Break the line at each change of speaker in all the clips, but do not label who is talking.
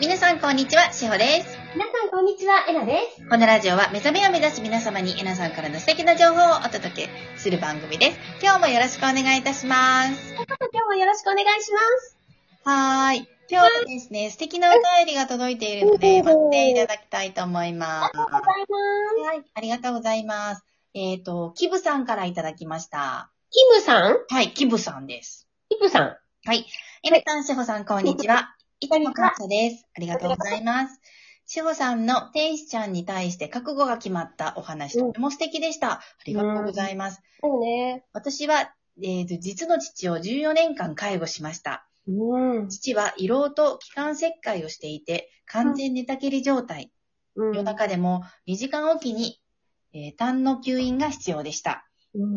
皆さんこんにちは、しほです。
皆さん、こんにちは。えなです。
このラジオは目覚めを目指す皆様にえなさんからの素敵な情報をお届けする番組です。今日もよろしくお願いいたします。
今日もよろしくお願いします。
はーい。今日はですね、素敵なお便りが届いているので、
うん
待っていただきたいと思います。
ありがとうございます。
はい、ありがとうございます。えっ、と、キブさんからいただきました。
キムさん
はい、キブさんです。
キムさん。
えめたんしほさん、こんにちは。いつも感謝です。ありがとうございます。しほさんの天使ちゃんに対して覚悟が決まったお話、
うん
とても素敵でした。ありがとうございます。
そうね。
私は、えっ、と、実の父を14年間介護しました。
うん。
父は胃ろうと気管切開をしていて、完全寝たきり状態。
夜
夜中でも2時間おきに、えー、痰の吸引が必要でした。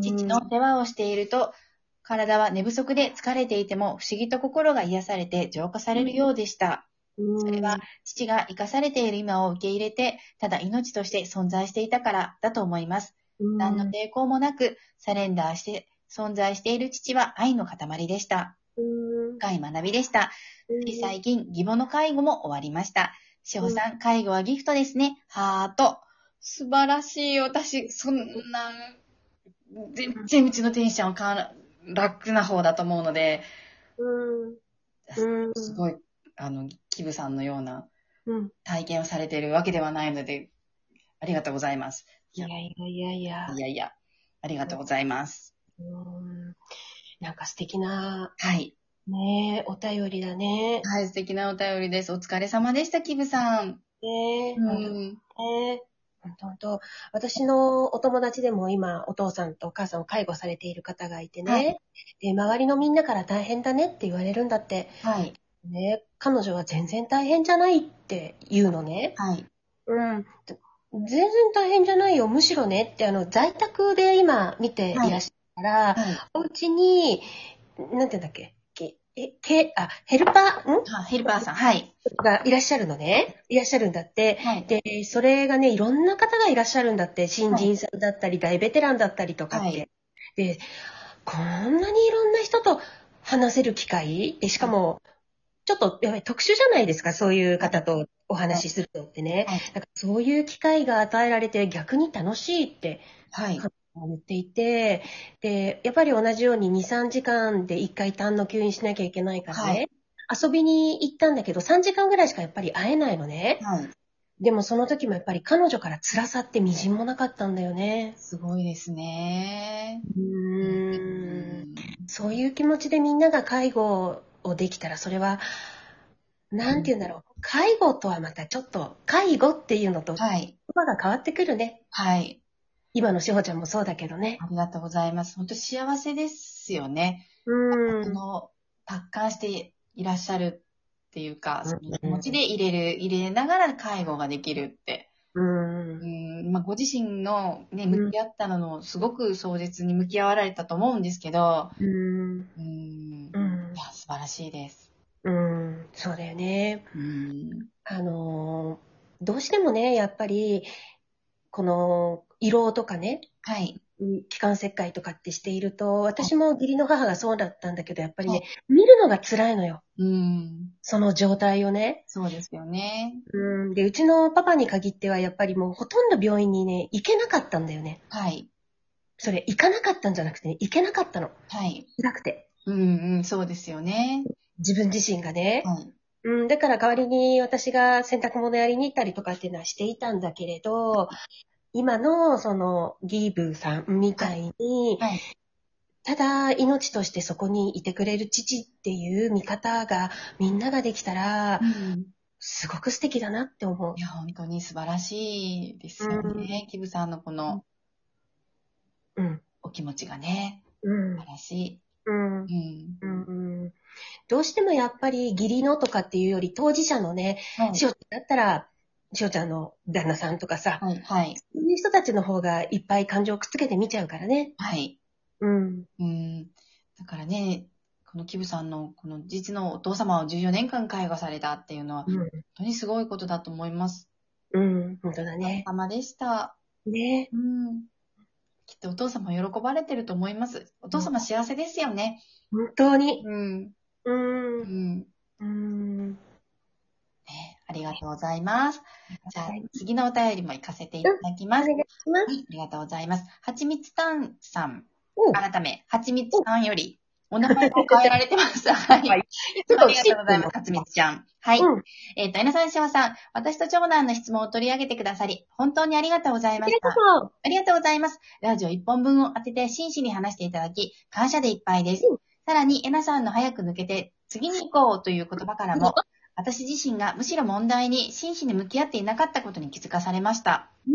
父の世話をしていると、体は寝不足で疲れていても不思議と心が癒されて浄化されるようでした。
うん、
それは父が生かされている今を受け入れて、ただ命として存在していたからだと思います。
うん、
何の抵抗もなくサレンダーして存在している父は愛の塊でした。
うん、
深い学びでした。つい最近、義母の介護も終わりました。志保さん、介護はギフトですね。ハート。素晴らしい。私、そんな、全然うちの天使ちゃんは変わら楽な方だと思うので、
うん。うん。
すごい、あの、キブさんのような
うん。
体験をされているわけではないので、ありがとうございます。
いやいやいやいや
い。やいや、ありがとうございます。
うんなんか素敵な、
はい。
ねお便りだね。
はい、素敵なお便りです。お疲れ様でした、キブさん。
ね
う
本当
ん。
ね本当本当私のお友達でも今、お父さんとお母さんを介護されている方がいてね、
はい
で、周りのみんなから大変だねって言われるんだって、
はい。
ね、彼女は全然大変じゃないって言うのね。
はい。
うん。全然大変じゃないよ、むしろねって、あの、在宅で今見ていらっしゃるから、
はい。
お家に、なんて言うんだっけ、け、え、け、あ、ヘルパー、ん
あヘルパーさん、はい。
がいらっしゃるのね。いらっしゃるんだって。
はい。
で、それがね、いろんな方がいらっしゃるんだって、新人さんだったり、大ベテランだったりとかって。
はい
で、こんなにいろんな人と話せる機会で、しかも、ちょっと、やばい、特殊じゃないですか、そういう方とお話しするのってね。
はい
なんかそういう機会が与えられて、逆に楽しいって
はい。
言っていて、で、やっぱり同じように2、3時間で1回痰の吸引しなきゃいけないからね。
は
遊びに行ったんだけど、3時間ぐらいしかやっぱり会えないのね。
はい。
でもその時もやっぱり彼女から辛さってみじんもなかったんだよね。
すごいですね。
う
う
ーん。。そういう気持ちでみんなが介護をできたら、それは、なんて言うんだろう。介護とはまたちょっと、介護っていうのと言
はい。
葉が変わってくるね。
はい。
今のしほちゃんもそうだけどね。
ありがとうございます。本当幸せですよね。
う
あ
ん。
の、達観していらっしゃるっていうか、
うん
その気持ちで入れる、入れながら介護ができるって。
うん
う。ん、まあ、ご自身のね、
うん
向き合ったのの、すごく壮絶に向き合われたと思うんですけど、
うん。
うん、い
うん。
や、素晴らしいです。
うん。そうだよね。
うん。
あのーどうしてもね、やっぱり、この、胃ろうとかね、
はい。
気管切開とかってしていると、私も義理の母がそうだったんだけど、やっぱり
はい
ね、見るのが辛いのよ。
うん。
その状態をね。
そうですよね。
うん。で、うちのパパに限っては、やっぱりもうほとんど病院にね、行けなかったんだよね。
はい。
それ、行かなかったんじゃなくてね、行けなかったの。
はい。
辛くて。
うんうん、そうですよね。
自分自身がね。
はい。
うん。だから代わりに私が洗濯物やりに行ったりとかっていうのはしていたんだけれど、今の、その、ギーブさんみたいに、
はい。
ただ命としてそこにいてくれる父っていう見方がみんなができたらすごく素敵だなって思う
い。や、本当に素晴らしいですよね。キブさんのこの
うん。
お気持ちがね、
うん
素晴らし
うん。
い。うん。
うん。どうしてもやっぱり義理のとかっていうより当事者のね、
はい。
しおちゃんだったら、しおちゃんの旦那さんとかさ、
はい。はい。
そういう人たちの方がいっぱい感情をくっつけて見ちゃうからね。
はい。
うん。
うん。だからね、このキブさんの、この実のお父様を14年間介護されたっていうのは、
うん。
本当にすごいことだと思います。
うん。本当だ
お疲れ
ね。
様でした。
ね。
うん。きっとお父様喜ばれてると思います。お父様幸せですよね。
本当に。
うん。
う。
うんん。
うん。
ね、とうございます。じゃあ、次のお便りも行かせていただきます。
お願いします。
はい、ありがとうございます。はちみつたんさん、
お
改め、はちみつさんより、お名前を変えられてます。はい。
はい
いつもありがとうございます、はちみつちゃん。はい。
うん
えっ、と、皆さん、しわさん、私と長男の質問を取り上げてくださり、本当にありがとうござい
あ
ま
り
した
が。とう。
ありがとうございます。ラジオ1本分を当てて真摯に話していただき、感謝でいっぱいです
うん。
さらに、えなさんの早く抜けて、次に行こうという言葉からも、私自身がむしろ問題に真摯に向き合っていなかったことに気づかされました。
うん。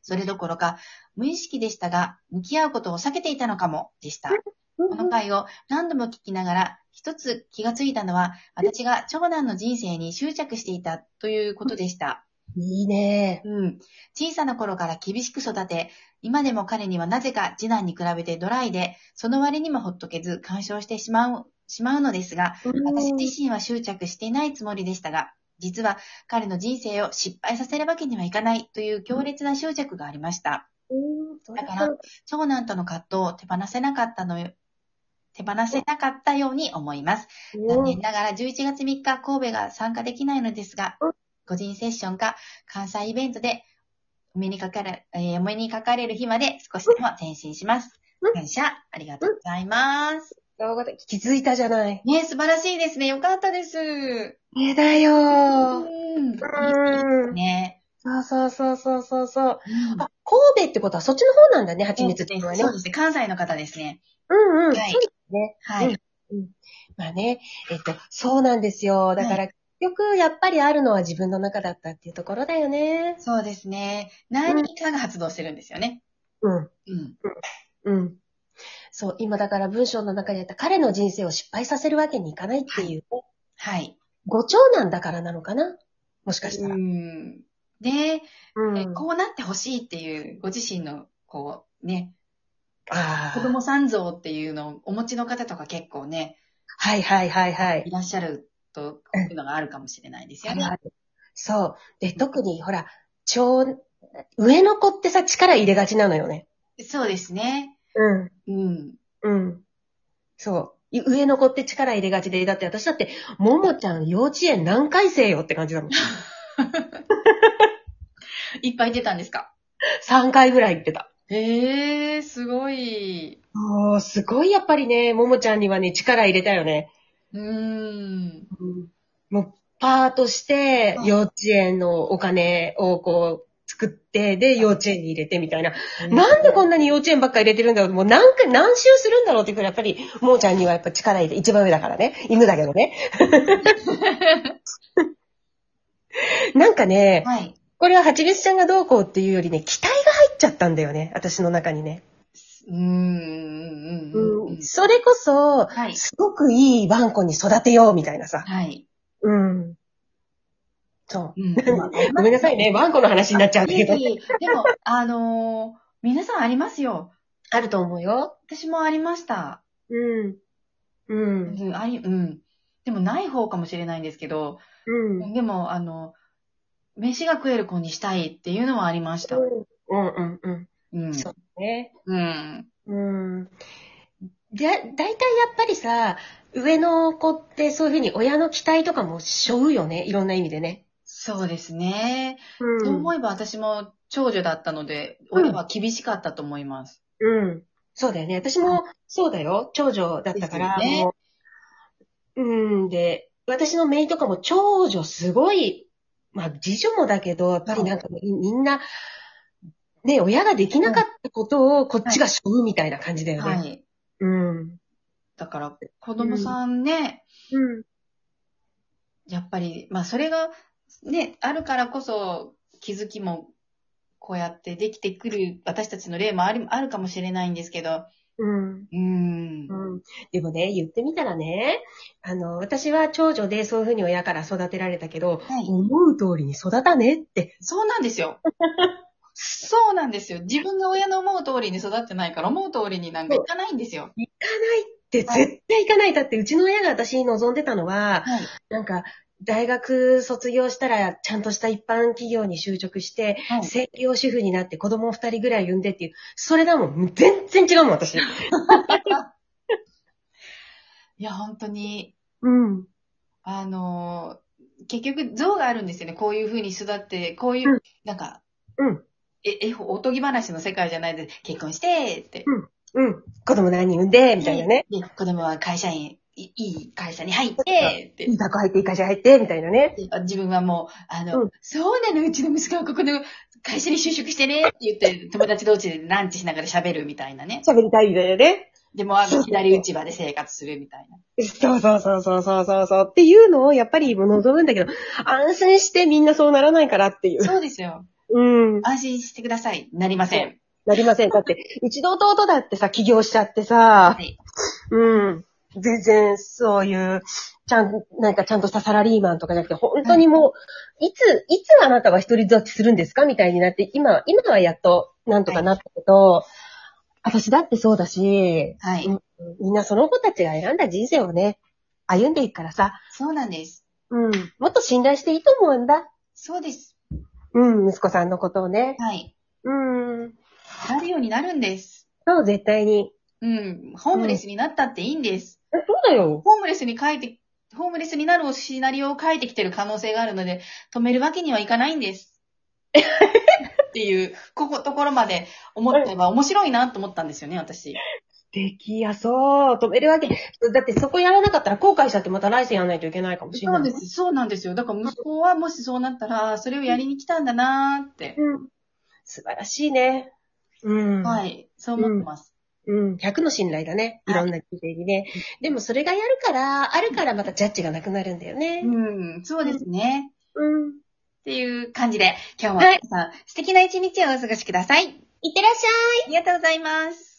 それどころか、無意識でしたが、向き合うことを避けていたのかも、でした。この回を何度も聞きながら、一つ気がついたのは、私が長男の人生に執着していたということでした。
いいね。
うん。小さな頃から厳しく育て、今でも彼にはなぜか次男に比べてドライで、その割にもほっとけず干渉してしまう、しまうのですが、私自身は執着していないつもりでしたが、実は彼の人生を失敗させるわけにはいかないという強烈な執着がありました。
うん
だから長男との葛藤を手放せなかったのよ、手放せなかったように思います。残念ながら11月3日神戸が参加できないのですが
うん、
個人セッションか関西イベントでお目にかかれ、えーお目にかかれる日まで少しでも前進します
う。ん
感謝、ありがとうございます。
気づいたじゃない。
ね素晴らしいですね。よかったです。
えだ
う
よ。
ん。
うん。
ね。
そうそうそうそうそうそう。
うん
あ、神戸ってことはそっちの方なんだね、蜂蜜っていうのはね。
そうですね。関西の方ですね。
うんうん。
はい
そうですね。
は
うん
い。
まあね、えっと、そうなんですよ。だから、結局、やっぱりあるのは自分の中だったっていうところだよね。
そうですね。何かが発動してるんですよね。
うん。
うん。
うん。そう、今だから文章の中にあった彼の人生を失敗させるわけにいかないっていう、
はい。
ご長男だからなのかなもしかしたら。
うん。で、
う
え
ん
こうなってほしいっていう、ご自身の、こう、ね、
あ
子
あ。
供三像っていうのをお持ちの方とか結構ね、
はいはいはいはい
い。らっしゃると、こういうのがあるかもしれないですよね。
あるそう。で、特に、ほら、長、上の子ってさ、力入れがちなのよね。
そうですね。
うん。
うん。
うん。そう。い上の子って力入れがちで、だって私だって、ももちゃん幼稚園何回生よって感じだもん。
いっぱい出たんですか
3回ぐらい行ってた。
へえー、すごい。
おー、すごいやっぱりね、ももちゃんにはね、力入れたよね。
うーん。
もう、パートして
う、ん
幼稚園のお金をこう、作って、で、幼稚園に入れてみたいな。なんでこんなに幼稚園ばっか入れてるんだろうもう何回、何周するんだろうっていうくらい、やっぱり、ももちゃんにはやっぱ力入れて、一番上だからね。犬だけ どね。なんかね、
はい。
これははちみつちゃんがどうこうっていうよりね、期待が入っちゃったんだよね、私の中にね。
うーん。うんうんうん
それこそ、
はい。
すごくいいワンコに育てようみたいなさ。
はい。
うん。そう。
うん。
ごめんなさいね、ワンコの話になっちゃうんだけど。
いえいえでも、あのー皆さんありますよ。
あると思うよ。
私もありました。
うん。うん。
うん、あり、うん。でもない方かもしれないんですけど、
うん。
でも、あの、飯が食える子にしたいっていうのはありました。う
うんうんうん。
ん。
そうね。
うん。
うん。で、だいたいやっぱりさ、上の子ってそういうふうに親の期待とかも背負うよね。いろんな意味でね。
そうですね。
う
そう思えば私も長女だったので、
うん
親は厳しかったと思います。
うん。そうだよね。私も、そうだよ。長女だったから。
ですよね
もううん。で、私の姪とかも長女すごい、まあ、次女もだけど、やっぱりなんかもうみんな、ね、親ができなかったことをこっちが背負うみたいな感じだよね。
はい。
うん。うん。
だから、子供さんね、やっぱり、まあ、それが、ね、あるからこそ、気づきも、こうやってできてくる私たちの例もありあるかもしれないんですけど、
うん。
うん。
うん。でもね、言ってみたらね、あの、私は長女でそういうふうに親から育てられたけど、
はい。
思う通りに育たねって。
そうなんです よ。そうなんですよ。自分が親の思う通りに育ってないから、思う通りになんかいかないんですよ。
で、絶対行かない。だって、うちの親が私に望んでたのは、
はい。
なんか、大学卒業したら、ちゃんとした一般企業に就職して、
はい
専業主婦になって子供二人ぐらい産んでっていう、それだもん。全然違うもん、私。
いや、本当に、
うん。
あのー結局像があるんですよね。こういう風に育って、こういう、
うん
なんか、
うん
え、え、おとぎ話の世界じゃないで、結婚して、って。
うん。子供何人産んで、みたいなね。
で、子供は会社員、いいい会社に入って、って
い。い学校入って、いい会社入って、みたいなね。
で自分はもう、あの、
うん
そうなの、うちの息子はここの会社に就職してねって言って、友達同士でランチしながら喋るみたいなね。
喋りたいんだよね。
でも、あの、左打ち場で生活するみたいな。
そうそうそうそうそうそうそう。っていうのをやっぱり望むんだけど、安心してみんなそうならないからっていう。
そうですよ。
うん。
安心してください。なりません。
なりません。だって、うちの弟だってさ、起業しちゃって
は、
さ
い。
うん。全然、そういう、ちゃん、なんかちゃんとしたサラリーマンとかじゃなくて、本当にもう、いつ、いつあなたは一人育ちするんですかみたいになって、今、今はやっと、なんとかなったけど、私だってそうだし、
はい。
うんみんなその子たちが選んだ人生をね、歩んでいくからさ、
そうなんです。
うん。もっと信頼していいと思うんだ。
そうです。
うん、息子さんのことをね。
はい。
うん。
なるようになるんです。
そう、絶対に。
うん。ホームレスになったっていいんです。
えそうだよ。
ホームレスに書いて、ホームレスになるシナリオを書いてきてる可能性があるので、止めるわけにはいかないんです。っていう、ここ、ところまで思ってば面白いなと思ったんですよね、私。
素敵や、そう。止めるわけ。だってそこやらなかったら後悔しちゃってまた来世やらないといけないかもしれ
そ
な
う
い。
で。す、そうなんですよ。だから息子はもしそうなったら、それをやりに来たんだなーって。
うん。素晴らしいね。うん。。
はいい、そう思ってます。
うん。100の信頼だね。
はい
いろんな人生にね。でもそれがやるから、あるからまたジャッジがなくなるんだよね。
うん、そうですね。
うん。
っていう感じで、今日は
はい
皆さん、素敵な一日をお過ごしください。いってらっしゃい。ありがとうございます。